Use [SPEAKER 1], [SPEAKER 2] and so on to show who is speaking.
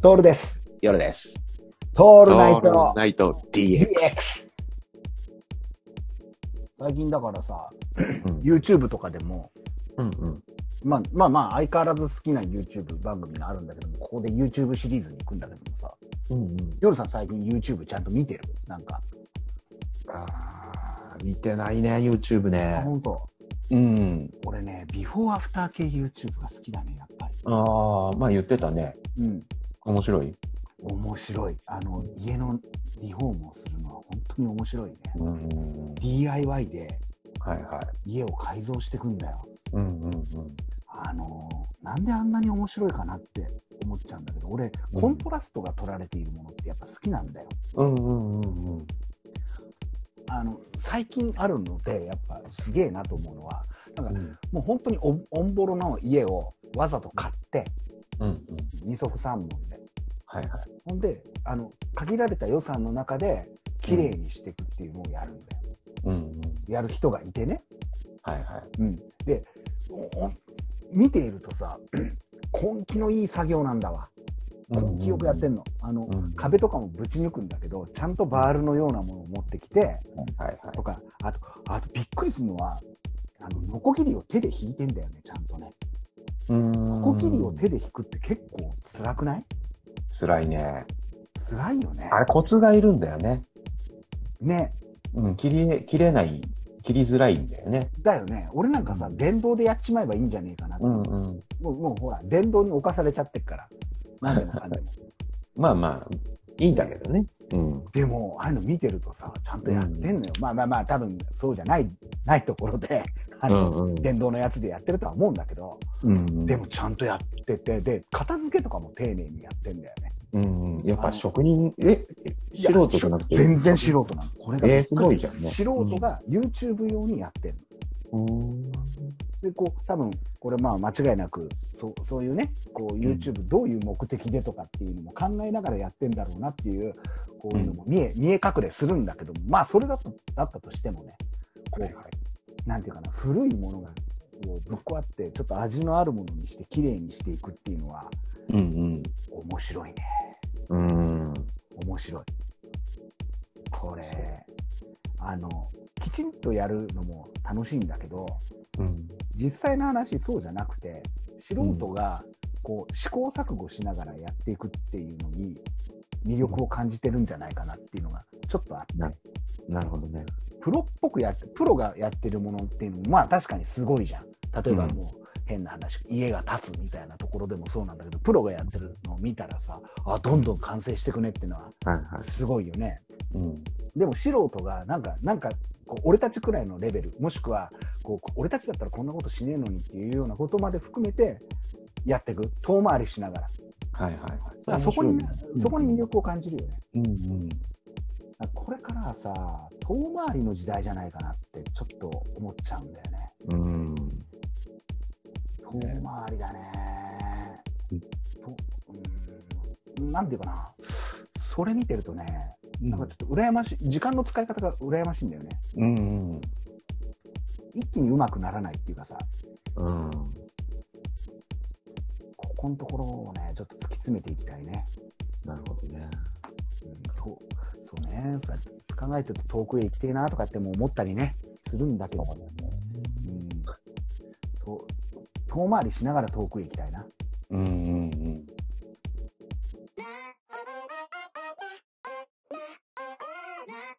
[SPEAKER 1] トールです。
[SPEAKER 2] 夜です。
[SPEAKER 1] ト
[SPEAKER 2] オ
[SPEAKER 1] ールナイト
[SPEAKER 2] ナイト DX。
[SPEAKER 1] DX。最近だからさ、
[SPEAKER 2] ん
[SPEAKER 1] YouTube とかでも、
[SPEAKER 2] うんうん。
[SPEAKER 1] まあまあまあ相変わらず好きな YouTube 番組があるんだけども、ここで YouTube シリーズに行くんだけどもさ、
[SPEAKER 2] うんうん。
[SPEAKER 1] 夜さん最近 YouTube ちゃんと見てるなんか、
[SPEAKER 2] あー見てないね、YouTube ね。
[SPEAKER 1] ほんと、
[SPEAKER 2] うん。
[SPEAKER 1] 俺ね、ビフォーアフター系 YouTube が好きだね、やっぱり。
[SPEAKER 2] ああ、まあ言ってたね。
[SPEAKER 1] うん。
[SPEAKER 2] 面白い。
[SPEAKER 1] 面白い。あの、家のリフォームをするのは本当に面白いね。
[SPEAKER 2] うんうんうん。
[SPEAKER 1] DIY で
[SPEAKER 2] はいは
[SPEAKER 1] 家を改造してくんだよ。
[SPEAKER 2] い。うんうんうん。
[SPEAKER 1] あのーなんであんなに面白いかなって思っちゃうんだけど俺
[SPEAKER 2] うん
[SPEAKER 1] コントラストが取られているものってやっぱ好きなんだよ。
[SPEAKER 2] うんうんうんうん。
[SPEAKER 1] あの最近あるのでやっぱすげえなと思うのはもう本当におオンボロの家をわざと買って
[SPEAKER 2] うんうん。
[SPEAKER 1] 二足三門で
[SPEAKER 2] はいはい。
[SPEAKER 1] ほんであの限られた予算の中で綺麗にしていくっていうのをやるんだよ。
[SPEAKER 2] うんうん。
[SPEAKER 1] やる人がいてね。
[SPEAKER 2] はいはい。
[SPEAKER 1] うん、でおお見ているとさ 根気のいい作業なんだわ根気よくやってんの。あの
[SPEAKER 2] うん
[SPEAKER 1] 壁とかもぶち抜くんだけどちゃんとバールのようなものを持ってきて
[SPEAKER 2] はいはい
[SPEAKER 1] と。かあとあとびっくりするのはあのノコギリを手で引いてんだよねちゃんとね
[SPEAKER 2] うん。
[SPEAKER 1] ノコギリを手で引くって結構辛くない
[SPEAKER 2] 辛いね。
[SPEAKER 1] 辛いよね
[SPEAKER 2] あれコツがいるんだよね。
[SPEAKER 1] ね
[SPEAKER 2] うん、切り、切れない、切りづらいんだよね。
[SPEAKER 1] だよね俺なんかさ電動でやっちまえばいいんじゃねえかなって、
[SPEAKER 2] うんうん。
[SPEAKER 1] もうもうほら電動に侵されちゃってっから何でもかんで も
[SPEAKER 2] まあまあ、いいんだけどね。うん。
[SPEAKER 1] でもああいうの見てるとさちゃんとやってんのよ、まあまあまあ多分そうじゃないないところであの、
[SPEAKER 2] うんうん
[SPEAKER 1] 電動のやつでやってるとは思うんだけど、
[SPEAKER 2] うん
[SPEAKER 1] でもちゃんとやっててで片付けとかも丁寧にやってんだよね
[SPEAKER 2] うんうん、やっぱ職人、え、素人じゃなくて。
[SPEAKER 1] いや全然素人なのこれがび
[SPEAKER 2] え
[SPEAKER 1] っく
[SPEAKER 2] ー
[SPEAKER 1] り
[SPEAKER 2] すごいじゃん ね
[SPEAKER 1] 素人が YouTube 用にやってる
[SPEAKER 2] うん
[SPEAKER 1] でこう多分これまあ間違いなくそうそういうねこう YouTube どういう目的でとかっていうのも考えながらやってんだろうなっていうこういうのも見え,、見え隠れするんだけどもまあそれだとだったとしてもねこう、
[SPEAKER 2] はいはい
[SPEAKER 1] なんていうかな古いものがこうぶっ壊ってちょっと味のあるものにして綺麗にしていくっていうのは
[SPEAKER 2] うん
[SPEAKER 1] 面白いね
[SPEAKER 2] うん。うん。
[SPEAKER 1] 面白いこれ
[SPEAKER 2] そう
[SPEAKER 1] あのきちんとやるのも楽しいんだけど
[SPEAKER 2] うん。
[SPEAKER 1] 実際の話そうじゃなくて素人がこう試行錯誤しながらやっていくっていうのに魅力を感じてるんじゃないかなっていうのがちょっとあ
[SPEAKER 2] な
[SPEAKER 1] って
[SPEAKER 2] なるほどね。
[SPEAKER 1] プロっぽくやってプロがやってるものっていうのもまあ確かにすごいじゃん例えばもう変な話家が建つみたいなところでもそうなんだけどプロがやってるのを見たらさあどんどん完成してくねっていうのは
[SPEAKER 2] はいは
[SPEAKER 1] すごいよね。
[SPEAKER 2] い。うん。
[SPEAKER 1] でも素人がなんかなんかこう俺たちくらいのレベルもしくはこうこ俺たちだったらこんなことしねえのにっていうようなことまで含めてやっていく遠回りしながらだ
[SPEAKER 2] はいはいはい。
[SPEAKER 1] からそこに、そこに魅
[SPEAKER 2] 力。
[SPEAKER 1] 力を感じるよね
[SPEAKER 2] うんうん。
[SPEAKER 1] だからこれからはさ遠回りの時代じゃないかなってちょっと思っちゃうんだよね
[SPEAKER 2] うん。
[SPEAKER 1] 遠回りだねとうんなんていうかなそれ見てるとねなんかちょっと羨ましい時間の使い方が羨ましいんだよね
[SPEAKER 2] うんうん。
[SPEAKER 1] 一気にうまくならないっていうかさ
[SPEAKER 2] うん。
[SPEAKER 1] ここのところをね、ちょっと突き詰めていきたいね。
[SPEAKER 2] なるほどね。
[SPEAKER 1] うん、とそうね、そうやって考えてると遠くへ行きてえなとかっても思ったりね、するんだけど、うん、と遠回りしながら遠くへ行きたいな。
[SPEAKER 2] うんうんうん。
[SPEAKER 3] Ah, ah, ah, ah, ah, ah, ah, ah, ah.